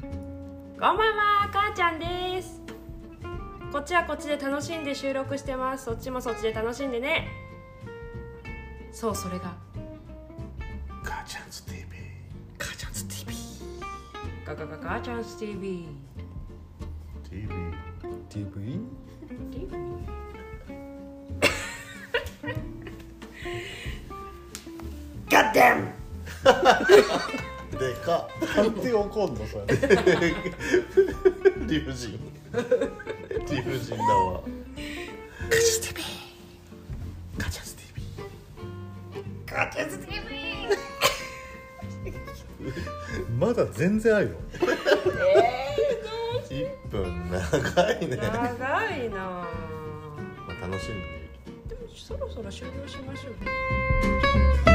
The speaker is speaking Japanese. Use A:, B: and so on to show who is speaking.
A: こんばんは、母ちゃんです。こっちはこっちで楽しんで収録してます。そっちもそっちで楽しんでね。そう、それが。
B: 母ちゃんズ TV
A: 母ちゃんズ TV。ガガガ母ちゃんズ TV。
B: TV
C: TV?
B: ガッダムでかなんで怒んのそれ理不尽理不尽だわ
A: 母ちゃんズ TV。
B: 母ちゃんズ TV
A: 母ちゃんズ TV。
B: まだ全然あるよ1分長いね、ま
A: 長いなぁ。
B: あ、楽しんで
A: でもそろそろ終了しましょう。